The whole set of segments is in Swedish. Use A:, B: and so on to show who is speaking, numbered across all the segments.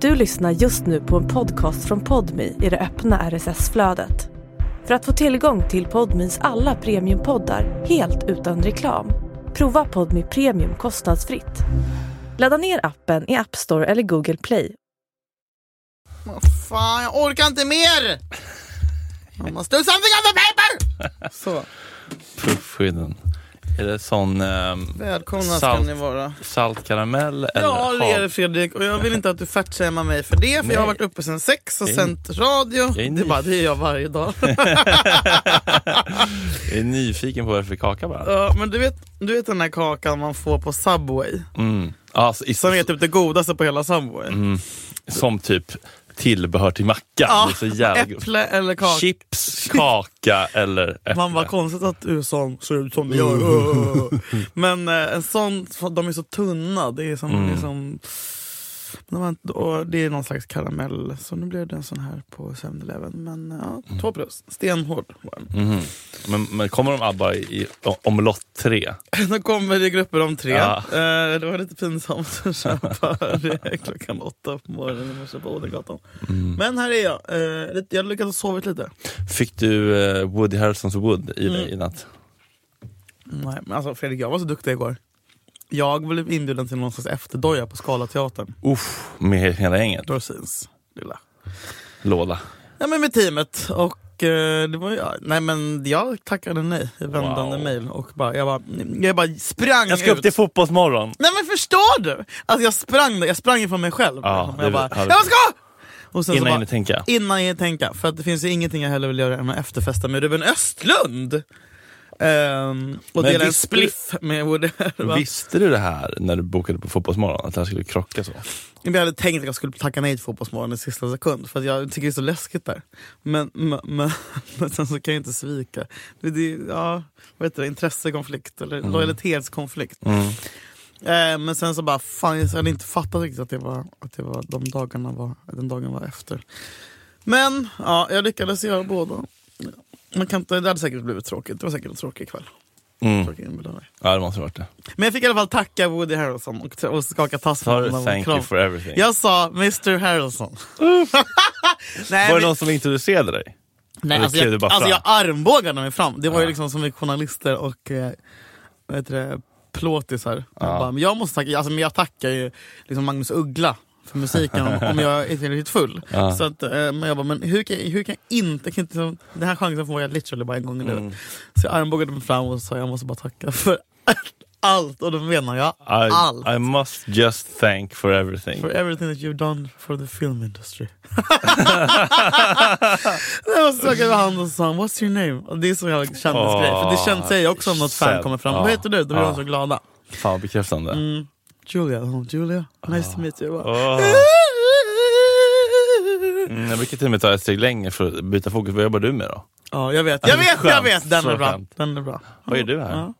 A: Du lyssnar just nu på en podcast från Podmi i det öppna RSS-flödet. För att få tillgång till Podmis alla premiumpoddar helt utan reklam, prova Podmi Premium kostnadsfritt. Ladda ner appen i App Store eller Google Play.
B: Vad fan, jag orkar inte mer! I must do something on the paper! Så,
C: Puffskydden. Är det sån ehm,
B: välkomna ska
C: Salt.
B: ni vara.
C: saltkaramell eller
B: Jag ler
C: hav?
B: Fredrik och jag vill inte att du fatshamear mig för det för jag har varit uppe sedan sex och
C: Jag är-
B: sänt radio.
C: är
B: Det är bara, det är jag varje dag.
C: Jag är nyfiken på vad det är för kaka bara.
B: Ja, Men du vet, du vet den här kakan man får på Subway?
C: Mm. Alltså, i,
B: Som är typ det godaste på hela Subway.
C: Som typ tillbehör till macka.
B: Ja,
C: Det är så jävla gott.
B: äpple eller kaka.
C: Chips, kaka eller äpple.
B: Man var konstigt att du sån ser ut som du gör. Men eh, en sån, de är så tunna. Det är som, det är som de har inte- och det är någon slags karamell. Så nu blev det en sån här på 7-Eleven. Men eh, ja, två plus. Stenhård var den.
C: Mhm. Men, men kommer de ABBA i, i o- omlott tre?
B: Då kommer det i grupper om tre.
C: Ja.
B: Eh, det var lite pinsamt att köpa det klockan åtta på morgonen i morse på Odengatan. Men här är jag. Eh, lite- jag har lyckats sovit lite.
C: Mm. Fick du eh, Woody Harrelsons Wood i
B: Mm.
C: dig i natt?
B: Nej, men alltså Fredrik, jag var så duktig igår. Jag blev inbjuden till någon slags efterdoja på Scalateatern.
C: Uff, med hela gänget?
B: Dorsins lilla.
C: Lola?
B: Ja men med teamet och eh, det var ju, ja, nej men jag tackade nej i vändande
C: Wow.
B: mejl och bara, jag bara, jag bara sprang
C: Jag ska
B: ut.
C: upp till fotbollsmorgon!
B: Nej men förstår du? Alltså jag sprang, jag sprang ifrån mig själv.
C: Ja,
B: Liksom.
C: det
B: jag bara,
C: har du-
B: jag ska! Och sen så
C: Innan
B: bara,
C: jag tänka.
B: Innan jag tänka, för att det finns ju ingenting jag hellre vill göra än att efterfesta med Ruben Östlund. Ehm, och
C: Men
B: dela en
C: visst-
B: spliff med Woody va?
C: Visste du det här när du bokade på fotbollsmorgon? Att det här skulle krocka så?
B: Jag hade tänkt att jag skulle tacka nej till Fotbollsmorgon i sista sekund för att jag tycker det är så läskigt där. Men, men, men, men sen så kan jag inte svika. Det, det, ja, vad heter det? Intressekonflikt eller
C: Mm.
B: lojalitetskonflikt. Eh, men sen så bara, fan jag hade inte fattat riktigt att det var, att det var de dagarna var, den dagen var efter. Men ja, jag lyckades göra båda. Man kan inte, det hade säkert blivit tråkigt. Det var säkert en tråkig kväll.
C: Mm.
B: Tråkig inbjudan.
C: Ja, det måste ha varit det.
B: Men jag fick i alla fall tacka Woody Harrelson och, och skaka tass
C: Sa du
B: honom och
C: thank
B: kram.
C: you for everything?
B: Jag sa Mr Harrelson. nej,
C: Var det
B: men-
C: någon som introducerade dig?
B: nej,
C: eller
B: alltså,
C: klev du
B: jag,
C: bara
B: alltså
C: fram?
B: jag armbågade mig fram. Det var ju
C: Ja.
B: liksom som vi journalister och eh, vad heter det, plåtisar. Jag,
C: Ja.
B: bara, men jag, måste tacka, alltså, men jag tackar ju liksom Magnus Uggla för musiken om, om jag är tillräckligt full.
C: Ja.
B: Så att, eh, men jag bara, men hur kan, hur kan jag inte, jag kan inte liksom, den här chansen får jag literally bara en gång i livet.
C: Mm.
B: Så jag armbågade mig fram och sa jag måste bara tacka för allt. Och då menar jag
C: I,
B: allt.
C: I must just thank for everything.
B: For everything that you've done for the film industry. jag skakade jag hand och sa “What's your name?” och Det är så jävla kändisgrej. För det känns, säger jag också om något fan
C: Shit.
B: kommer fram.
C: Ja.
B: “Vad heter du?” Då blir de
C: Ja.
B: så glada.
C: Fan vad bekräftande.
B: Mm. Julia, oh, Julia, nice to meet you. Jag bara,
C: Åh. Mm, jag brukar till och med ta ett steg längre för att byta fokus. Vad jobbar du med då?
B: Ja, jag vet, jag vet, jag
C: Skämt,
B: vet! Den
C: så
B: är bra.
C: skämt.
B: Den är bra.
C: Vad gör du här?
B: Ja.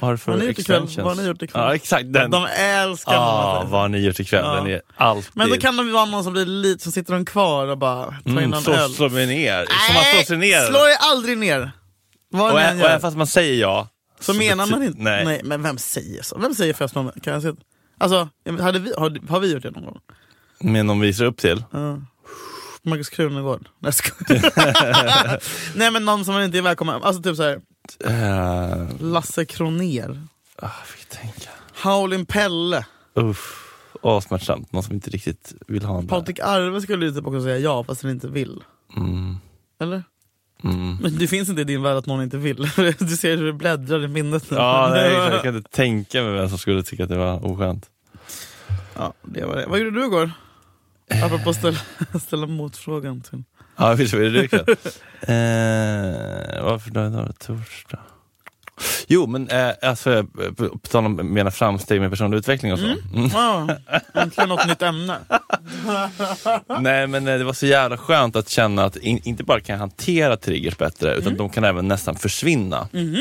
C: Vad har du för
B: Vad har ni gjort ikväll?
C: extensions?
B: Vad har ni gjort ikväll?
C: Ja, exakt den.
B: De älskar
C: ah,
B: mig.
C: vad har ni gjort ikväll?
B: Ja.
C: Den är alltid...
B: Men då kan det vara någon som blir lite, som sitter de kvar och bara tar in
C: Mm,
B: någon
C: så
B: öl.
C: slår vi ner. Som man slår sig ner.
B: slå er aldrig ner! Vad
C: och,
B: ni
C: ä-
B: än
C: och
B: gör.
C: även fast man säger ja.
B: Så menar
C: bety-
B: man inte.
C: Nej.
B: men vem säger så? Vem säger förresten om kan jag säga? Alltså, ja, men hade vi, har, har vi gjort det någon gång?
C: Men de visar upp till.
B: Markus Krunegård? Nej, jag skojar. Nej men någon som man inte är välkommen. Alltså typ såhär,
C: Eh,
B: Lasse Kroner.
C: ah, jag fick tänka.
B: Howlin' Pelle.
C: Uff. Åh, smärtsamt. Någon som inte riktigt vill ha en där.
B: Patrik Arve skulle ju typ också säga ja fast den inte vill.
C: Mm.
B: Eller?
C: Mm.
B: Men det finns inte i din värld att någon inte vill. Du ser hur det bläddrar i minnet nu.
C: Ja, nej, exakt. jag kan inte tänka mig vem som skulle tycka att det var oskönt.
B: ja, det var det. Vad gjorde du igår? Apropå att ställa, ställa motfrågan till...
C: Ja, visst var det det ikväll? eh, Varför då idag? Torsdag? Jo, men eh, alltså, eh, på på tal om mina framsteg med personlig utveckling och så. Mm.
B: Ja, äntligen något nytt ämne.
C: Nej, men eh, det var så jävla skönt att känna att in, inte bara kan jag hantera triggers bättre, utan de kan även nästan försvinna.
B: Mhm.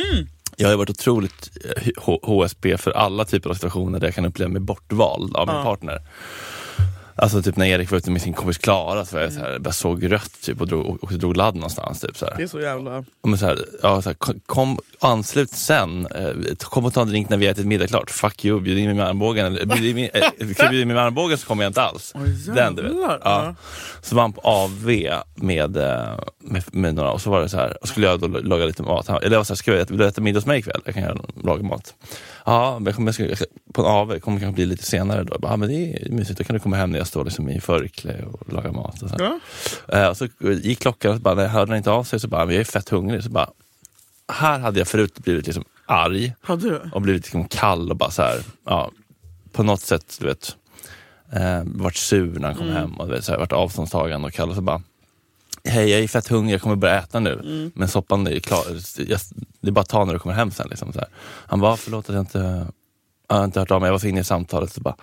C: Jag har ju varit otroligt eh, H- HSP för alla typer av situationer där jag kan uppleva mig bortvald av min partner. Alltså typ när Erik var ute med sin kompis Klara så var jag så här, bara såg rött typ, och drog, och, och drog ladd någonstans. Typ, så här.
B: Det är så jävla...
C: Ja, Men så här, ja, så här, kom- kom, anslut sen. Eh, Kom och ta en drink när vi ätit middag klart. Fuck you, bjud in mig med armbågen. Eller, bjud in mig, eh, ska du bjuda in mig med armbågen så kommer jag inte alls.
B: Oj,
C: Den du vet.
B: jävlar. Ja.
C: Ja. Så var han på AV med, eh, med, med några och så var det så här, och skulle jag då laga lite mat. Han, eller jag var så här, ska jag, vill du äta middag hos mig ikväll? Jag kan göra, laga mat. Ja, men jag kommer, jag ska, jag ska, på en AV kommer kanske bli lite senare då. Jag Bara, ja, men det är mysigt, då kan du komma hem när jag står liksom i förkläde och lagar mat. Och så här.
B: Ja.
C: Eh, och så gick klockan och så bara, nej, hörde den inte av sig. Så bara, men jag är fett hungrig. Så bara, här hade jag förut blivit liksom arg
B: Har du?
C: och blivit liksom kall och bara så här, ja, på något sätt, du vet, eh, varit sur när han kom hem och du vet, så här, varit avståndstagande och kall. Och så bara, hej jag är fett hungrig, jag kommer börja äta nu. Men soppan är ju klar, jag, det är bara att ta när du kommer hem sen. Liksom, så här. Han bara, förlåt att jag inte, jag har inte hört av mig, jag var så inne i samtalet. Så bara,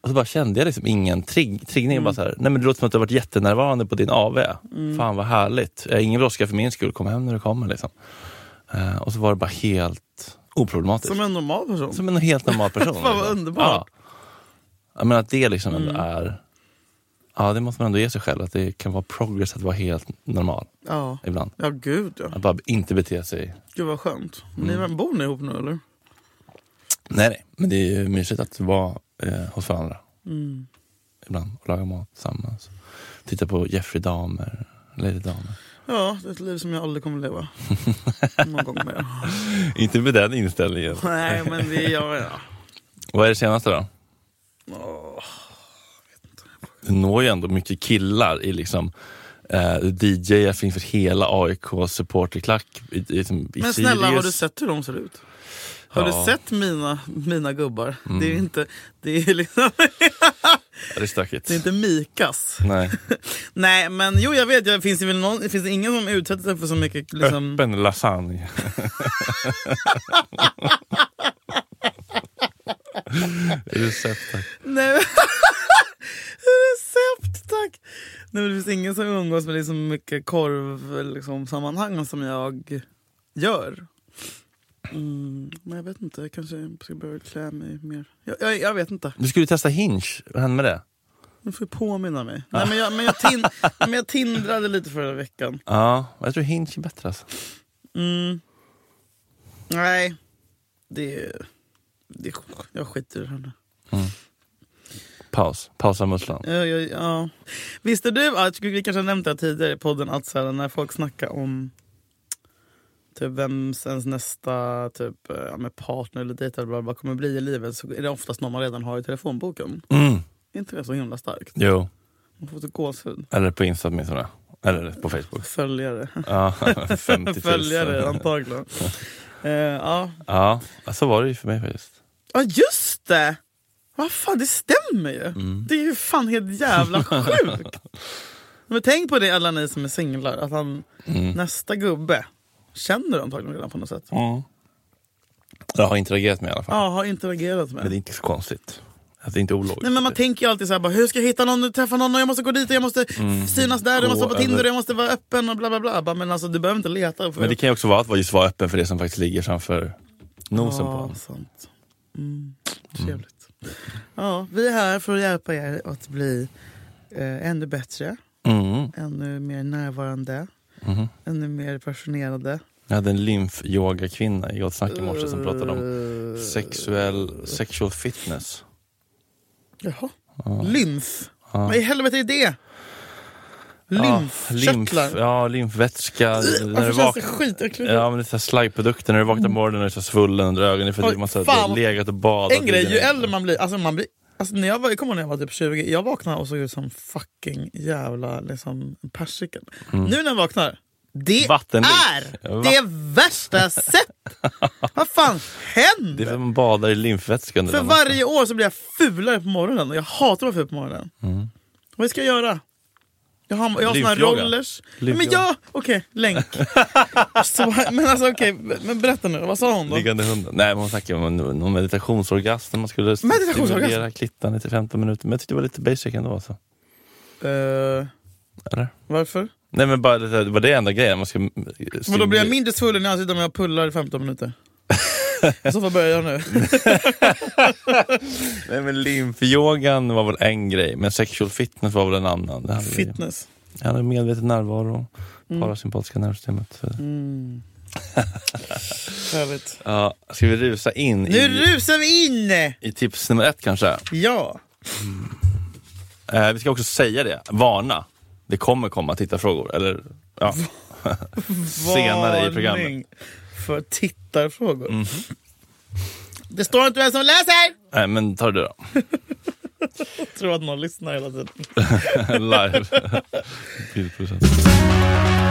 C: och så bara kände jag liksom ingen trigg, triggning. Bara så här, Nej, men det låter som att du har varit jättenärvarande på din AV. Fan vad härligt. Eh, ingen brådska för min skull, kom hem när du kommer. Liksom. Eh, och så var det bara helt oproblematiskt.
B: Som en normal person?
C: Som en helt normal person. liksom.
B: Fan, vad underbart. Mm.
C: Ja. Jag menar att det liksom ändå är... Ja, det måste man ändå ge sig själv. Att det kan vara progress att vara helt normal
B: Ja.
C: ibland.
B: Ja, gud ja.
C: Att bara inte bete sig...
B: Gud vad skönt. Ni, bor ni ihop nu eller?
C: Nej, nej. Men det är ju mysigt att vara eh, hos varandra
B: Mm.
C: ibland och laga mat tillsammans. Titta på Jeffrey Dahmer, Lady Dahmer.
B: Ja, det är ett liv som jag aldrig kommer leva. Någon gång mer.
C: inte med den inställningen.
B: Nej, men det är jag. Ja.
C: Vad är det senaste då?
B: Åh.
C: Du når ju ändå mycket killar i liksom eh, DJ inför hela AIKs supporterklack i, i, liksom, i
B: Men snälla, har
C: Sirius.
B: du sett hur de ser ut? Har
C: Ja.
B: du sett mina, mina gubbar? Det är ju inte, det är liksom,
C: Ja, Det är stökigt.
B: det är inte Mikas.
C: Nej.
B: Nej, men jo, jag vet. Jag, finns det, väl någon, finns det ingen som utsätter sig för så mycket liksom,
C: Öppen lasagne. Recept, tack.
B: Nej. men- Recept, tack! Nej, men det finns ingen som umgås med liksom mycket korv liksom, sammanhang som jag gör. Mm, men jag vet inte, jag kanske ska börja klä mig mer. Jag, jag, jag vet inte,
C: Du skulle testa Hinge, vad hände med det?
B: du får påminna mig. Nej, men, jag, men, jag tin, men jag tindrade lite förra veckan.
C: Ja, jag tror Hinge är bättre alltså.
B: Mm. Nej, det, det jag skiter i det här nu.
C: Paus, pausa musslan.
B: Ja, ja, ja. Visste du, att vi kanske har nämnt det här tidigare i podden, att så här, när folk snackar om typ vems ens nästa typ, eh, ja, med partner eller dejt eller bla, bla, bla, kommer bli i livet så är det oftast någon man redan har i telefonboken.
C: Mm.
B: Är inte det så himla starkt?
C: Jo,
B: Man får så gåshud.
C: eller på Insta åtminstone. Eller på Facebook.
B: Följare.
C: Ja, 50 000.
B: Följare antagligen. Eh, ja.
C: Ja, så var det ju för mig faktiskt.
B: ja, just det! Vad fan, det stämmer ju!
C: Mm.
B: Det är ju fan helt jävla sjukt! Men tänk på det alla ni som är singlar, att han
C: Mm.
B: Nästa gubbe känner du antagligen redan på något sätt.
C: Mm. Jag har interagerat med i alla fall.
B: Ja, har interagerat
C: Men det
B: med.
C: är inte så konstigt. Alltså, det är inte ologiskt.
B: Nej, men man tänker ju alltid så här, bara, hur ska jag hitta någon, träffa någon, och jag måste gå dit, och jag måste
C: Mm.
B: synas där, jag måste
C: Gå
B: vara på Tinder,
C: över-
B: och jag måste vara öppen och bla bla bla. Bara, Men alltså du behöver inte leta. För
C: Men det kan ju också vara att vara- just vara öppen för det som faktiskt ligger framför nosen på
B: ja,
C: en.
B: sant. Mm. Trevligt. Ja, vi är här för att hjälpa er att bli eh, ännu bättre,
C: Mm.
B: ännu mer närvarande,
C: Mhm.
B: ännu mer passionerade.
C: Jag hade en lymfyogakvinna i Gott Snack i morse som pratade om
B: Eh,
C: sexuell, sexual fitness.
B: Jaha.
C: Ja.
B: Lymf.
C: Ja.
B: Vad i helvete är det?
C: Ja, lymf,
B: Lymfkörtlar.
C: ja, lymfvätska. När du
B: Varför känns det
C: vaknar.
B: skitäckligt?
C: Ja, men det är så här slaggprodukter. När du vaknar på morgonen är du så här svullen under ögonen för att
B: Oj,
C: du är massa- du
B: fan.
C: har legat och badat.
B: en grej, ju äldre man blir, alltså man blir Alltså när jag, var, jag kommer ihåg när jag var typ 20, jag vaknade och såg ut som fucking jävla liksom, persiken.
C: Mm.
B: Nu när jag vaknar, det
C: Vattenlik.
B: är det värsta jag sett! Vad fan
C: Det
B: händer?
C: är för att man badar i lymfvätska under
B: För
C: den natten.
B: varje år så blir jag fulare på morgonen och jag hatar att vara ful på morgonen.
C: Mm.
B: Vad ska jag göra? Jag har, jag har såna här
C: Lymfyoga.
B: rollers. Nej, Men
C: Lymfyoga.
B: jag, okej, länk. så, men alltså okej, men berätta nu, vad sa hon då?
C: Liggande hunden. Nej, men hon snackade om en- någon meditationsorgasm. när Man skulle
B: Meditationsorgasm?
C: stimulera klittan i 15 minuter. Men jag tyckte det var lite basic ändå. Alltså.
B: Eh,
C: Eller?
B: varför?
C: Nej men bara, det var det enda grejen. Man ska
B: Men då blir jag mindre svullen i ansiktet om jag pullar i 15 minuter. I så fall börjar jag nu.
C: Nej men lymfyogan var väl en grej, men sexual fitness var väl en annan. Det handlar ju-
B: Fitness.
C: det handlar om medveten närvaro,
B: Mm.
C: parasympatiska nervsystemet. Så-
B: Mm. Härligt.
C: Ja, ska vi rusa in
B: Nu
C: i,
B: rusar vi in!
C: i tips nummer ett kanske?
B: Ja.
C: Eh, vi ska också säga det, varna. Det kommer komma tittarfrågor, eller ja. senare i programmet.
B: Varning För tittarfrågor.
C: Mhm.
B: Det står inte vem som läser!
C: Nej, men tar du det då.
B: Jag tror att någon lyssnar hela tiden.
C: Live. 10%.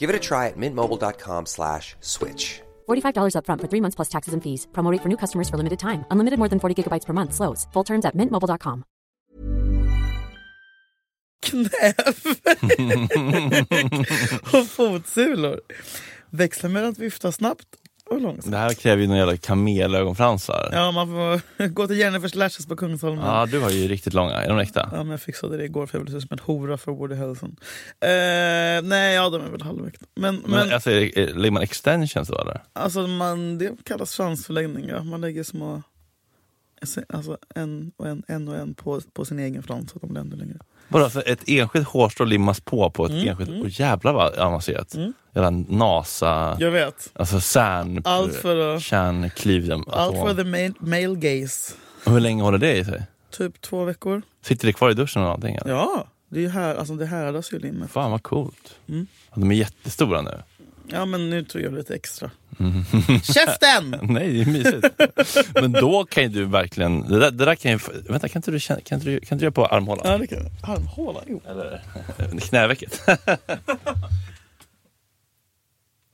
D: Give it a try at mintmobile.com slash switch.
E: $45 upfront for three months plus taxes and fees. Promo rate for new customers for limited time. Unlimited more than 40 gigabytes per month. Slows. Full terms at mintmobile.com.
B: Knäveck och fotsulor. Växla mellan att vifta snabbt och långsamt.
C: Det här kräver ju några jävla kamelögonfransar. Ja.
B: Ja, man får gå till Jennifers Lashes på Kungsholmen.
C: du har ju riktigt långa. Är de äkta?
B: Ja, men jag fixade det igår för jag blev som en hora för Woody Harrelson. Eh, nej, ja, de är väl halvvägs. Men, men,
C: Men, alltså, är, det- är, lägger man extensions då eller?
B: alltså, man, det kallas fransförlängning. Ja. Man lägger små... Alltså en och en, en, och en på, på sin egen frans så att de blir ännu längre.
C: Bara för alltså, ett enskilt hårstrå limmas på på ett enskilt... Åh jävlar vad avancerat. Jävla NASA...
B: Jag vet.
C: Alltså CERN...
B: Allt för att-
C: Kärnklyvium.
B: Allt för the male, male gaze.
C: Hur länge håller det i sig?
B: Typ två veckor.
C: Sitter det kvar i duschen eller någonting? Eller?
B: Ja, det är ju här, alltså det härdas ju limmet.
C: Fan vad coolt. Ja, de är jättestora nu.
B: Ja, men nu tog jag lite extra. Mm. Käften!
C: Nej, det är mysigt. Men då kan ju du verkligen... Det där, det där kan ju... Vänta, kan inte du, känna- kan inte du, kan inte du göra på armhålan?
B: Ja, det kan jag. Armhåla? Jo.
C: Eller knävecket.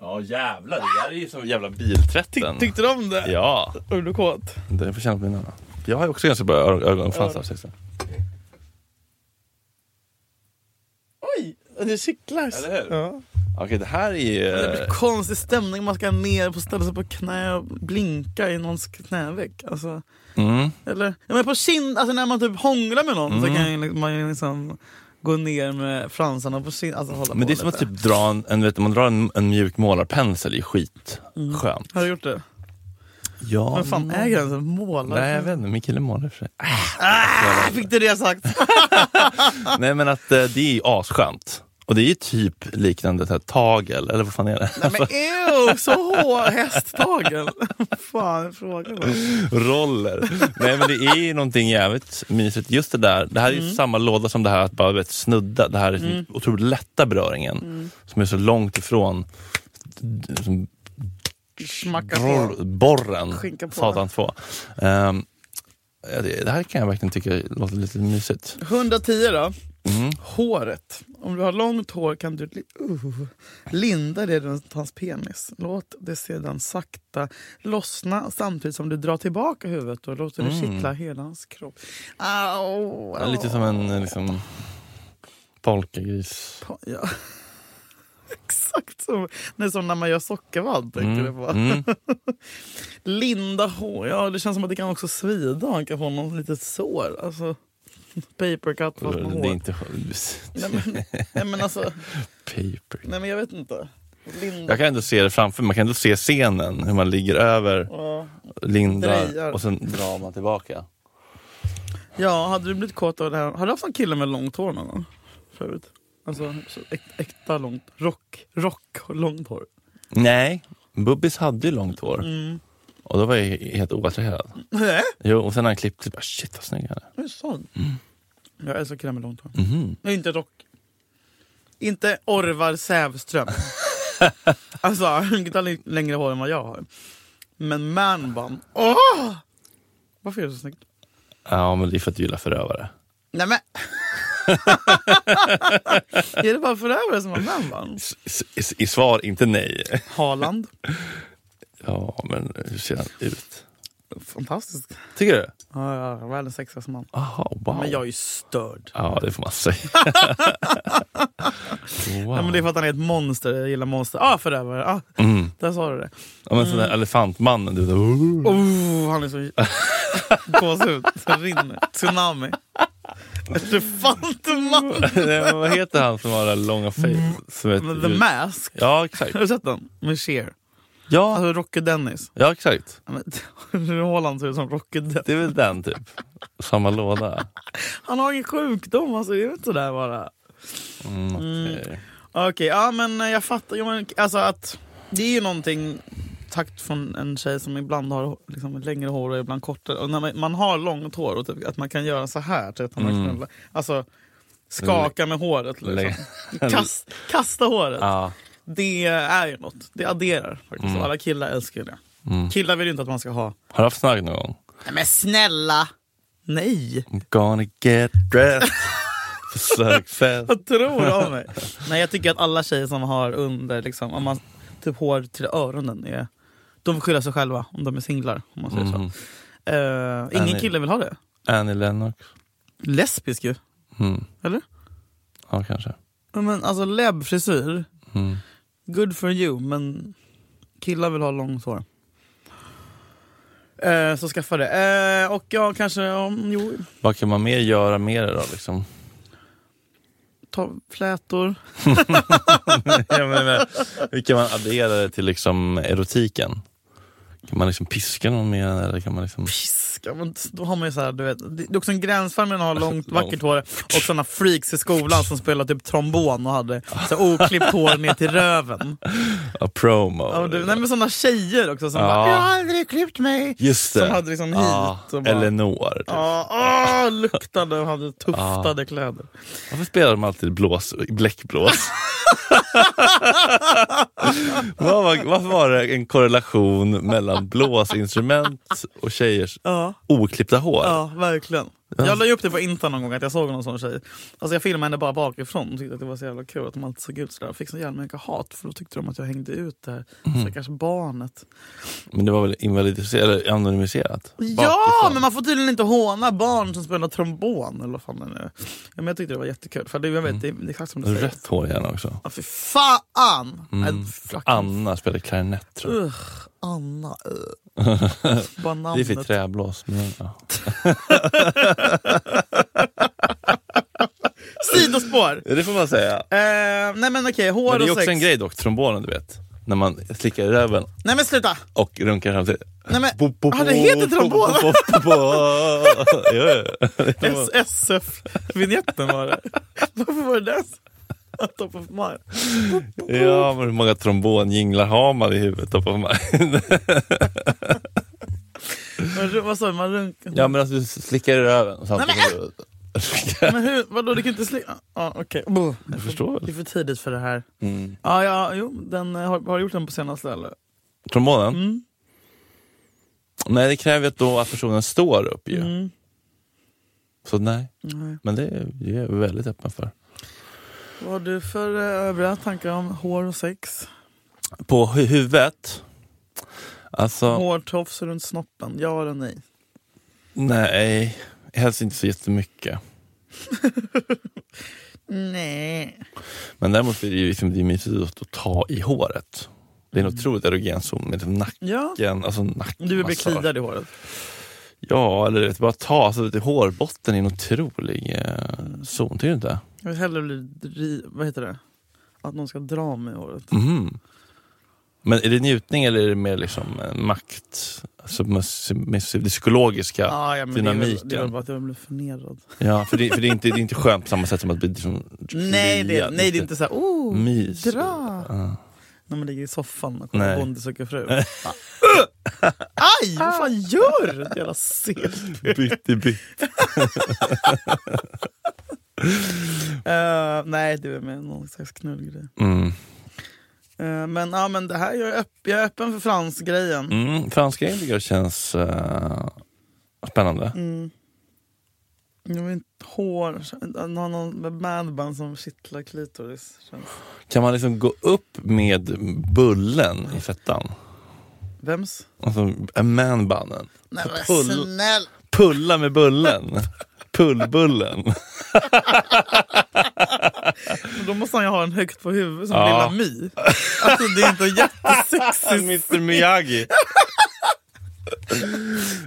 C: ja jävlar, det där är ju som jävla
B: Ty,
C: biltvätten.
B: tyckte du om det?
C: Ja,
B: Är du kåt?
C: det får känna på mina. Jag har ju också ganska bra ö- ögonfransar. Ja.
B: Oj, det kittlar.
C: Eller hur?
B: Ja.
C: Okej, det här är ju...
B: Det blir konstig stämning. Man ska ner och ställa sig på knä och blinka i någons knäveck. Alltså,
C: Mm.
B: eller, ja, men på kind, alltså när man typ hånglar med någon så kan ju li- man ju liksom gå ner med fransarna på kind. Alltså, hålla
C: Men
B: på
C: det är som att
B: lite.
C: typ dra en, en, vet, du, man drar en, en mjuk målarpensel i skitskönt.
B: Har du gjort det?
C: Ja,
B: Vem fan äger ens en målare?
C: Nej, jag vet inte. Min kille målar i och för sig.
B: Ah, fick du det sagt?
C: Alltså- Nej, men att eh, det är ju asskönt. Och det är ju typ liknande så här, tagel, eller vad fan är det?
B: Nej, men ew, så hår, hästtagel. fan, fråga bara.
C: roller. Nej men det är ju någonting jävligt mysigt. Just det där, det här är ju
B: Mm.
C: samma låda som det här att bara vet, snudda. Det här är den otroligt lätta beröringen
B: Mm.
C: som är så långt ifrån d- som
B: Smacka på.
C: bror, borren.
B: Skinka på.
C: Satan två. Ehm, ja, det, det här kan jag verkligen tycka låter lite mysigt.
B: 110 då.
C: Mm.
B: Håret. Om du har långt hår kan du li- uh, linda det runt hans penis. Låt det sedan sakta lossna samtidigt som du drar tillbaka huvudet och låter det kittla hela hans kropp. Au,
C: Mm. Ja, Lite som en eh, liksom, polkagris.
B: Pa- Ja. Exakt som, nej, som när man gör sockervadd. tänkte jag
C: Mm.
B: på.
C: Mm.
B: Linda hår. Ja, det känns som att det kan också svida. Han kan få något litet sår. Alltså, papercut fast med
C: Det är
B: hår.
C: inte
B: Nej, men, nej, men alltså,
C: paper.
B: nej, men jag vet inte. Linda
C: Jag kan ändå se det framför mig. Man kan ändå se scenen, hur man ligger över
B: Ja.
C: lindar
B: Drejar.
C: och sen drar man tillbaka.
B: Ja, hade du blivit kåt av det här? Har du haft en kille med långt hår någon gång? Förut? Alltså så äk, äkta långt, rock, rock och långt hår.
C: Nej, Bubbis hade ju långt hår. Och då var jag helt oattraherad.
B: Nej,
C: Jo, och sen när han klippte, typ, bara shit vad snygg han är.
B: det är sånt. Jag älskar killar med långt hår. Nej, Inte rock. Inte Orvar Sävström. alltså, han kan ha längre hår än vad jag har. Men manbun, åh! Varför är det så snyggt?
C: Ja, men det är för att du gillar förövare.
B: Nej men! är det bara förövare som har manbun?
C: S- s- I svar, inte nej.
B: Haaland,
C: Ja, men hur ser han ut?
B: fantastisk.
C: Tycker du?
B: Ja, ja, världens sexigaste man.
C: Aha, wow.
B: Men jag är ju störd.
C: Ja, det får man säga. wow.
B: Ja, men det är för att han är ett monster, jag gillar monster. Ah, förövare! Ah,
C: mm.
B: där sa du det.
C: ja, men sån där elefantmannen, du vet, oh.
B: Oh, han är så... Gåshud, så rinner. Tsunami. Elefantman!
C: Nej, men vad heter han som har det där långa face? Mm. Som heter-
B: The Mask.
C: Ja,
B: Har
C: exakt.
B: du sett den? Med Cher.
C: Ja,
B: Alltså Rocky Dennis.
C: ja, exakt.
B: Ja, men Håland ser ut som Rocky Dennis.
C: Det är väl den typ. Samma låda.
B: Han har ingen sjukdom, alltså, det är inte sådär bara.
C: Mm, okej.
B: Okej, ja men eh, jag fattar. Jo, men, alltså, att, det är ju någonting takt från en tjej som ibland har liksom, längre hår och ibland kortare. Och när man, man har långt hår och typ, att man kan göra så här. Typ, att man
C: Mm.
B: kan, alltså, skaka med håret.
C: Lägg-
B: Liksom. Kast, kasta håret.
C: Ja.
B: Det är ju något. Det adderar faktiskt.
C: Mm.
B: Och alla killar älskar ju det.
C: Mm.
B: Killar vill ju inte att man ska ha...
C: Har du haft snagg någon gång?
B: Nej men snälla! Nej!
C: I'm gonna get dressed for success.
B: Vad tror du om mig? Nej, jag tycker att alla tjejer som har under, liksom, om man, typ hår till öronen, är, de får skylla sig själva om de är singlar. Om man säger så.
C: Mm.
B: Eh,
C: Ja,
B: ingen
C: nej.
B: kille vill ha det.
C: Annie Lennox.
B: Lesbisk ju,
C: Mm.
B: eller?
C: Ja, kanske.
B: Ja, Men alltså läbbfrisyr,
C: Mm.
B: good for you, men killar vill ha långt hår. Eh, så skaffa det. Eh, och jag kanske, om, jo,
C: Vad kan man mer göra med det då? Liksom?
B: ta flätor.
C: Jag menar, hur kan man addera det till liksom erotiken? Kan man liksom piska någon med den, eller kan man liksom...
B: piska. Men då har man ju så här, du vet, det är också en gränsfall mellan att ha långt vackert hår och sådana freaks i skolan som spelade typ trombon och hade så här oklippt hår ner till röven.
C: A promo?
B: Ja, du, nej, men sådana tjejer också som
C: Ja.
B: bara “jag har aldrig klippt mig”.
C: Just det!
B: Som hade liksom
C: Ja,
B: hit och bara-
C: Eleanor. Typ.
B: Ja, ah, luktade och hade tuftade kläder.
C: Varför spelar de alltid blås, bläckblås? Vad var- Varför var det en korrelation mellan blåsinstrument och tjejers
B: Ja,
C: oklippta hår?
B: ja, verkligen. Jag la ju upp det på Insta någon gång att jag såg någon sån tjej. Alltså jag filmade henne bara bakifrån och tyckte att det var så jävla kul att de alltid såg ut sådär. Jag fick så jävla mycket hat för då tyckte de att jag hängde ut det här
C: Mm.
B: stackars barnet.
C: Men det var väl invalidiserat, eller anonymiserat?
B: Ja,
C: Bakifrån.
B: men man får tydligen inte håna barn som spelar trombon. Eller vad fan det nu är. ja, men Jag tyckte det var jättekul, för det, jag vet, det, det är exakt som du säger.
C: Mm. Rött hår gärna också.
B: Ja, fy fan!
C: Mm.
B: Nej, fucking-
C: Anna spelar klarinett tror jag.
B: Ugh, Anna. Ugh. Bara
C: Det är för
B: namnet.
C: träblås. Men, ja.
B: Sidospår!
C: Det får man säga.
B: Eh, nej men okej, hår
C: Men det är
B: och
C: också
B: sex.
C: en grej dock, trombonen du vet. När man slickar i röven
B: Nej men sluta!
C: och runkar samtidigt.
B: Nej, men-
C: Bo- bo-
B: Ah, det
C: bo-
B: heter
C: bo-
B: trombon.
C: bo- bo- bo- bo- Ja, ja.
B: S- SF-vinjetten var det. Varför var det den? Top of mind.
C: Ja, men hur många trombonjinglar har man i huvudet? Då får man-
B: Men Vad sa du? Man runkar?
C: Ja, men att du slickar i röven samtidigt.
B: Men hur? Vadå, du kan inte slicka? Ja, okej.
C: Jag förstår.
B: Det är för tidigt för det här.
C: Mm.
B: Ja, ja jo, den, eh, har, har du gjort den på senaste eller?
C: Trombonen?
B: Mm.
C: Nej, det kräver ju att då att personen står upp ju.
B: Mm.
C: Så nej,
B: Nej.
C: men det är det är jag väldigt öppen för.
B: Vad har du för eh, övriga tankar om hår och sex?
C: På hu- huvudet? Alltså,
B: Hårtofs runt snoppen, ja eller nej?
C: nej. Helst inte så jättemycket.
B: Nej.
C: Men däremot är det ju liksom, det är mysigt att- att ta i håret. Det är en otroligt erogen zon med nacken.
B: Ja,
C: Alltså nackmassage.
B: du vill bli kliad i håret.
C: Ja, eller du vet, bara ta. Alltså, vet, du, hårbotten är en otrolig eh, zon, tycker du inte?
B: Jag vill hellre bli, dri- vad heter det? Att någon ska dra mig i håret.
C: Mhm. Men är det njutning eller är det mer liksom eh, makt? Alltså, mus- mus- det psykologiska
B: Ah, ja, men det är väl-
C: dynamiken?
B: Det är väl bara att jag blir förnedrad.
C: Ja, för det, för det, är inte, det är inte skönt på samma sätt som att bli liksom,
B: Nej, det,
C: kliad,
B: nej, det är inte så här, oh,
C: mys.
B: dra.
C: Mm. Ja.
B: När man ligger i soffan och kollar
C: Nej.
B: på Bonde söker fru. Bara, "Ugh! Aj, vad fan gör du? Jävla sel.
C: Bytt i bytt.
B: Eh, nej, det är med någon slags knullgrej.
C: Mm.
B: Eh, men, ja, men det här, jag, är öpp, jag är öppen för Frans-grejen.
C: Mm, franska indier känns eh, spännande.
B: Mm. Jag vill inte hår, någon, någon madband som kittlar klitoris. Känns.
C: Kan man liksom gå upp med bullen i fettan?
B: Vems?
C: Alltså eh, manbunnen.
B: Nej men
C: Pull-
B: snäll!
C: Pulla med bullen. Pullbullen.
B: Men Då måste han ju ha en högt på huvudet som
C: Ja.
B: Lilla My. Alltså det är inte jättesexigt.
C: Mr Miyagi.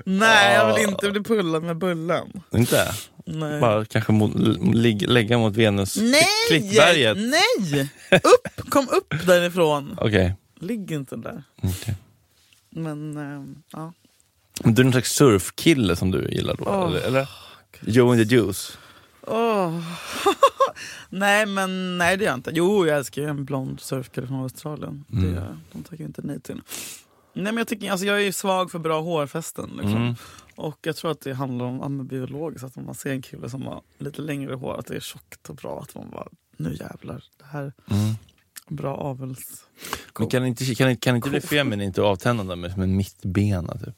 B: Nej jag vill inte bli pullad med bullen.
C: Inte?
B: Nej.
C: Bara kanske mot, ligg- lägga mot Venus
B: Nej!
C: klickberget.
B: Nej! Upp! Kom upp därifrån.
C: Okej.
B: Ligg inte där.
C: okej.
B: Men ehm, ja.
C: Men Du är någon slags surfkille som du gillar då?
B: Åh,
C: eller? eller? Joe and the Juice?
B: Åh. nej men nej det gör jag inte. Jo jag älskar ju en blond surfkille från Australien. Det
C: Mm.
B: gör jag. De tackar ju inte nej till. Nej men jag tycker, alltså jag är ju svag för bra hårfästen liksom.
C: Mm.
B: Och jag tror att det handlar om, om biologiskt, att om man ser en kille som har lite längre hår, att det är tjockt och bra, att man bara nu jävlar, det här är
C: Mm.
B: bra avels...
C: Men kan det inte, kan, det- kan det inte bli feminint och avtändande med, med mittbena? Typ?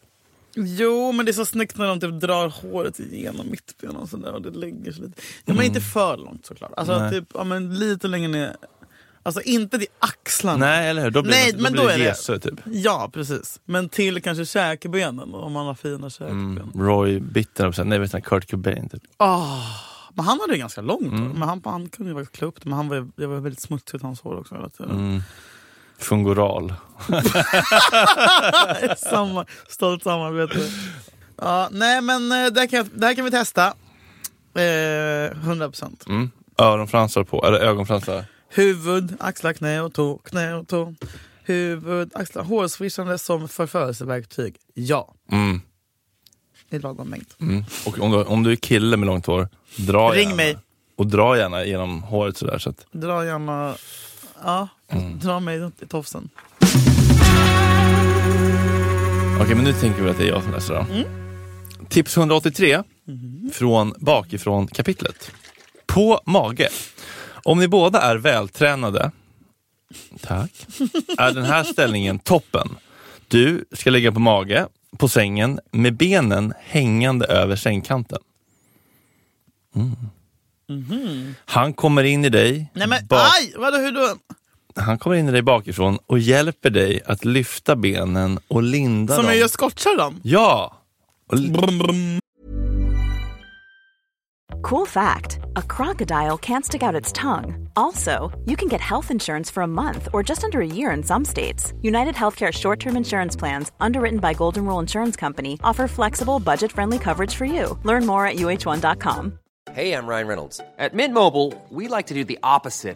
B: Jo men det är så snyggt när de typ drar håret igenom mittbenet och sådär och det lägger sig lite. Ja, men inte för långt såklart. Alltså
C: Mm. Nej.
B: typ, ja, men lite längre ner. Alltså inte till axlarna.
C: Nej, eller hur? Då blir
B: Nej,
C: det, då
B: men
C: blir
B: då
C: det
B: är det-
C: Jesu, typ.
B: Ja precis. Men till kanske käkbenen om man har fina käkben.
C: Mm. Roy Bitter, och sen- nej vet du, Kurt Cobain. Typ.
B: Ah, men han hade ju ganska långt
C: Mm.
B: hår. Men han, han kunde ju faktiskt klä upp det. Men han var, ju- det var ju väldigt smutsigt hans hår också hela tiden.
C: Mm. Fungoral.
B: Samma, stolt samarbete. Ja, nej men eh, det här kan, det här kan vi testa. Eh, 100%.
C: Mm. Öronfransar på, eller ögonfransar.
B: Huvud, axlar, knä och tå, knä och tå. Huvud, axlar, hårsvishande som förförelseverktyg. Ja,
C: Mm.
B: i lagom mängd.
C: Mm. Och om du, om du är kille med långt hår, dra
B: Ring
C: gärna.
B: mig,
C: Och dra gärna genom håret sådär. Så att,
B: dra gärna... Ja,
C: Mm.
B: dra mig i tofsen.
C: Okej, men nu tänker vi att det är jag som läser då.
B: Mm.
C: Tips 183 från bakifrån-kapitlet. På mage. Om ni båda är vältränade, tack, är den här ställningen toppen. Du ska ligga på mage på sängen med benen hängande över sängkanten. Mm. Han kommer in i dig
B: Mhm. Nej men
C: bak-
B: aj! Vadå hur då?
C: han kommer in i dig bakifrån och hjälper dig att lyfta benen och linda
B: Som
C: dem.
B: jag gör skottkärr dem?
C: Ja! Och li-
B: Brum, brum.
F: Cool fact a crocodile can't stick out its tongue. Also, you can get health insurance for a month or just under a year in some states. United Healthcare short term insurance plans, underwritten by Golden Rule Insurance Company, offer flexible, budget friendly coverage for you. Learn more at uh1.com.
D: Hey, I'm Ryan Reynolds. At Mint Mobile, we like to do the opposite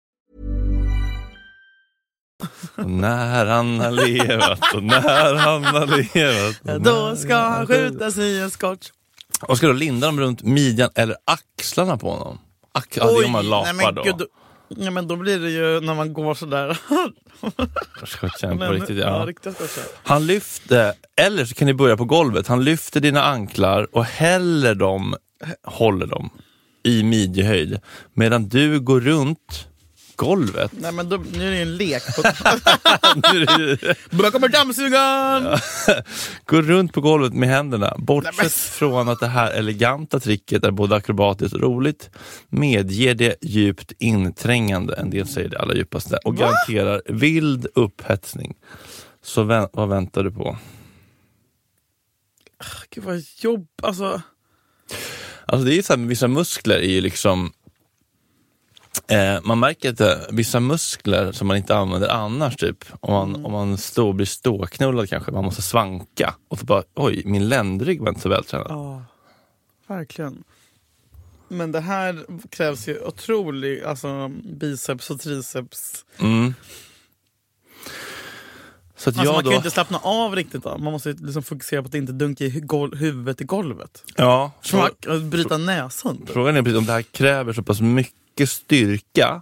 C: och när han har levat och när han har levat. och när-
B: Då ska han skjutas i en skott.
C: Och ska då linda dem runt midjan eller axlarna på honom. Ax- ja, det är om man lapar
B: nej, men,
C: då.
B: gud, då. Ja, men då blir det ju när man går sådär.
C: Skottkärn på
B: men,
C: riktigt,
B: ja,
C: ja.
B: riktiga skottkärr.
C: Han lyfter, eller så kan ni börja på golvet. Han lyfter dina anklar och häller dem, håller dem i midjehöjd. Medan du går runt golvet.
B: Nej men då, nu är det ju en lek.
C: Nu är det-
B: Då kommer dammsugaren!
C: Gå runt på golvet med händerna. Bortsett
B: Nej, men-
C: från att det här eleganta tricket är både akrobatiskt och roligt, medger det djupt inträngande, en del säger det allra djupaste, och garanterar vild upphetsning. Så vä- vad väntar du på?
B: Gud vad jobb, alltså.
C: Alltså det är ju så här, vissa muskler är ju liksom Eh, man märker att eh, vissa muskler som man inte använder annars, typ om man,
B: Mm.
C: om man står, blir ståknullad kanske, man måste svanka och så bara, oj, min ländrygg var inte så vältränad.
B: Ja, verkligen. Men det här krävs ju otrolig alltså, biceps och triceps.
C: Mm. Så att
B: Alltså, man
C: jag
B: kan ju
C: då...
B: inte slappna av riktigt. Då. Man måste ju liksom fokusera på att inte dunka i hu- gol- huvudet i golvet.
C: Ja, frå-
B: Smack, att bryta näsan. typ.
C: frågan är precis om det här kräver så pass mycket styrka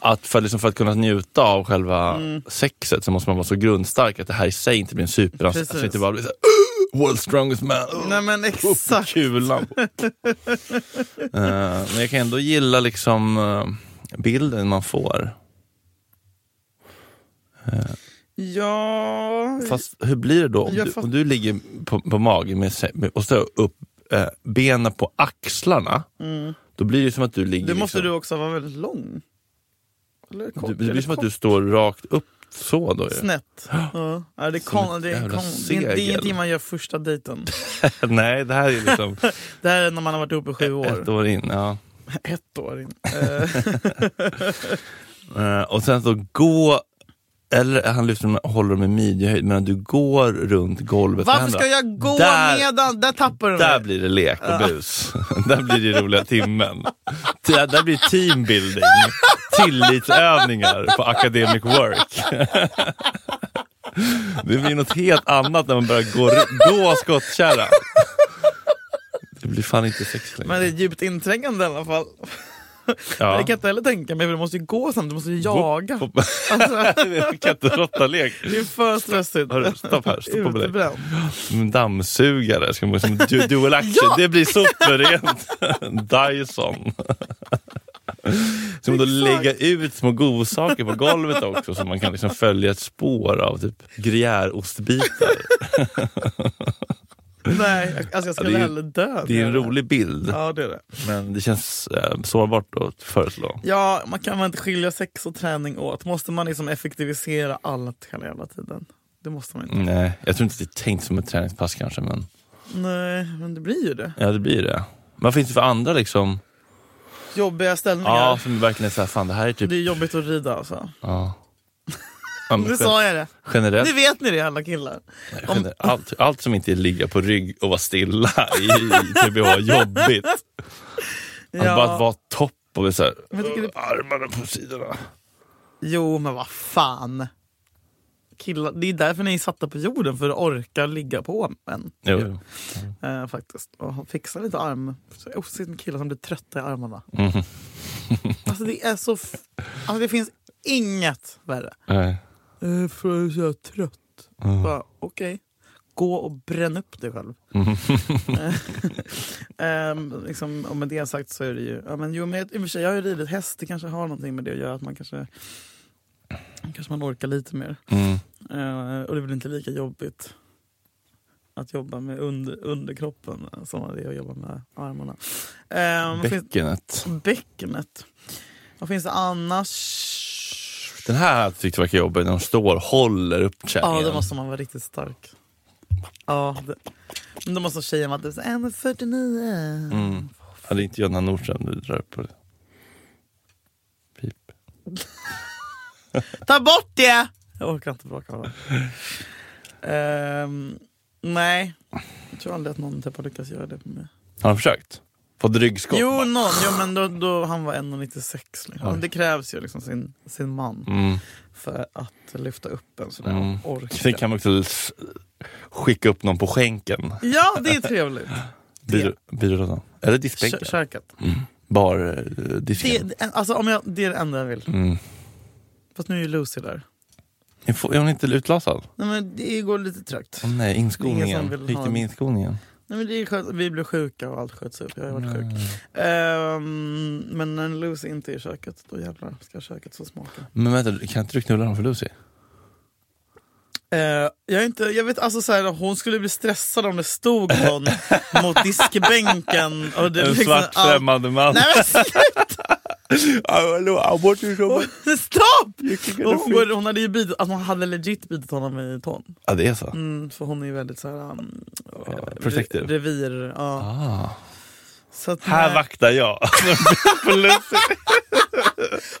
C: att för, liksom, för att kunna njuta av själva sexet så måste man vara så grundstark att det här i sig inte blir en superans...
B: Precis.
C: Alltså, det inte bara blir så här, world strongest man.
B: Nej men
C: upp
B: exakt.
C: kulan. Eh, men jag kan ändå gilla liksom eh, bilden man får.
B: Ja,
C: Fast hur blir det då om,
B: Jag
C: du,
B: fatt-
C: om du ligger på, på magen med, se- med, och så upp eh, benen på axlarna? Då blir det som att du ligger...
B: det Mm. måste du
C: liksom,
B: också vara väldigt lång. Eller kort.
C: det, det
B: eller
C: blir som att
B: kort.
C: du står rakt upp så då ju.
B: Snett. Ja. Ja, det, är kon, det, är
C: jävla
B: kon, det, är, det är
C: segel.
B: ingenting man gör första dejten.
C: Nej, det här är liksom
B: Det här är när man har varit ihop i sju år.
C: ett år in. Ja.
B: Ett år in. Eh,
C: Eh, och sen så gå, eller han lyfter, med- håller med midjehöjd, men du går runt golvet.
B: Varför
C: Vad händer
B: ska
C: då?
B: jag gå
C: Där-
B: nedan? Där tappar du
C: Där
B: mig.
C: blir det lek och bus. där blir det roliga timmen. Där, där blir teambuilding, tillitsövningar på academic work. det blir något helt annat när man börjar gå, gå skottkärra. Det blir fan inte sex längre.
B: Men det är djupt inträngande i alla fall.
C: Ja.
B: Det kan jag inte heller tänka mig, för du måste ju gå samtidigt, du måste ju jaga. Alltså,
C: Hopp, hopp. det är en katt-och-råtta-lek.
B: Det är för stressigt.
C: Hörru, stopp här, stopp och belägg.
B: Utebränd.
C: Som en dammsugare, ska man som du, dual action. Det blir suverent. Dyson. Så man då lägga ut små godsaker på golvet också så man kan liksom följa ett spår av typ gruyèreostbitar.
B: Nej, alltså jag skulle
C: Ja, det är-
B: hellre dö.
C: Det är en rolig bild,
B: Ja, det är det.
C: men det känns eh, sårbart att föreslå.
B: Ja, man kan väl inte skilja sex och träning åt? Måste man liksom effektivisera allt hela jävla tiden? Det måste man inte.
C: Nej, jag tror inte det är tänkt som ett träningspass kanske, men Mm.
B: Nej, men det blir ju det.
C: ja, det blir det. Vad finns det för andra liksom?
B: Jobbiga ställningar.
C: Ja, som verkligen är såhär, fan det här är typ...
B: Det är jobbigt att rida alltså.
C: Ja. Ja, men
B: Nu sa jag det.
C: generellt
B: Nu vet ni det alla killar. Om,
C: Gener- Allt, allt som inte är ligga på rygg och vara stilla i i TBH, jobbigt. Att bara att
B: ja,
C: vara topp och bli så här,
B: Men jag tycker det-
C: armarna på sidorna.
B: jo, men vad fan. Killar, det är därför ni är satta på jorden, för att orka ligga på en.
C: Jo.
B: Eh, faktiskt. Och fixa lite arm. Så jag har sett en kille som blir trötta i armarna.
C: Mhm.
B: Alltså det är så... F- alltså det finns inget värre.
C: Nej.
B: Eh, för att jag är trött. Bara, Okej. Gå och bränn upp dig själv. Eh, Ehm, liksom, och med det sagt så är det ju... Ja, men, jo, men jag, i och för sig, jag har ju ridit häst. Det kanske har någonting med det att göra. Att man kanske, kanske man orkar lite mer.
C: Mm.
B: Eh, och det är väl inte lika jobbigt att jobba med under, underkroppen som det är att jobba med armarna. Eh, vad finns,
C: Bäckenet.
B: bäckenet. Vad finns det annars?
C: Den här har jag tyckt verkar jobbig när de står och håller upp kärringen.
B: Ja, då måste man vara riktigt stark. Ja, det, men då måste tjejen vara typ så, 1,49.
C: mm. ja, det är inte Jonna Nordström du drar upp på det. Pip.
B: Ta bort det! Jag orkar inte bråka med det. Ehm, nej, jag tror aldrig att någon typ har lyckats göra det på mig.
C: Har han försökt? Fått ryggskott?
B: Jo,
C: bara?
B: någon. Jo, men då, då han var 1,96. Liksom.
C: Oj.
B: Men Det krävs ju liksom sin, sin man
C: Mm.
B: för att lyfta upp en sådär
C: Mm.
B: och
C: Sen
B: orka.
C: kan man också s- skicka upp någon på skänken.
B: Ja, det är trevligt.
C: Byrå- Byrålådan. Eller diskbänken.
B: Kö- Köket. Det,
C: Bardisken.
B: det- alltså, om jag, det är det enda jag vill.
C: eh, Mm.
B: Fast nu är ju Lucy där.
C: Jag får- Är hon inte utlasad?
B: Nej, men det går lite trögt.
C: Åh nej,
B: Det är
C: inskolningen.
B: ingen som vill
C: Hur gick
B: ha
C: det med
B: den.
C: inskolningen?
B: Nej, men det är skönt. Vi blev sjuka och allt sköts upp. Jag har varit sjuk.
C: Mm.
B: Ehm, men när Lucy inte är i köket, då jävlar ska köket så smaka.
C: Men vänta, kan inte du knulla honom för Lucy?
B: Eh, jag, är inte, jag vet alltså så här, hon skulle bli stressad om det stod någon mot diskbänken. Och det,
C: En
B: liksom-
C: svart
B: ja.
C: främmande man.
B: Nej men sluta!
C: Hallå, I want you so much.
B: Stopp!
C: can
B: Och Hon,
C: feel-
B: går- hon hade ju bitit, alltså hon hade legit bitit honom i tån.
C: Ja, det är så.
B: Mm, för hon är ju väldigt så här, um,
C: Protective.
B: re- revir. Ja.
C: Eh, Ah.
B: Så att,
C: Här
B: nej.
C: vaktar jag. Förlust.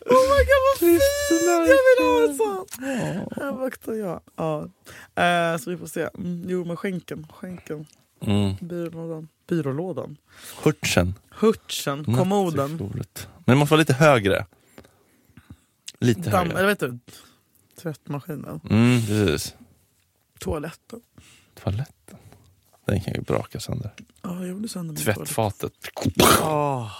B: Oh my god vad fint! Jag vill ha en sån! Här vaktar jag. Ja. Eh, så vi får se. Mm, jo men skänken, skänken,
C: Mm.
B: byrålådan. Byrålådan.
C: Hurtsen.
B: Hurtsen, kommoden,
C: Nattduksbordet. Men det måste vara lite högre. Lite
B: damm, eller
C: högre.
B: vet du, tvättmaskinen,
C: Mm, precis.
B: toaletten.
C: Toaletten. Den kan ju braka sönder.
B: Ja, jag gjorde sönder min toalett.
C: Tvättfatet.
B: Åh.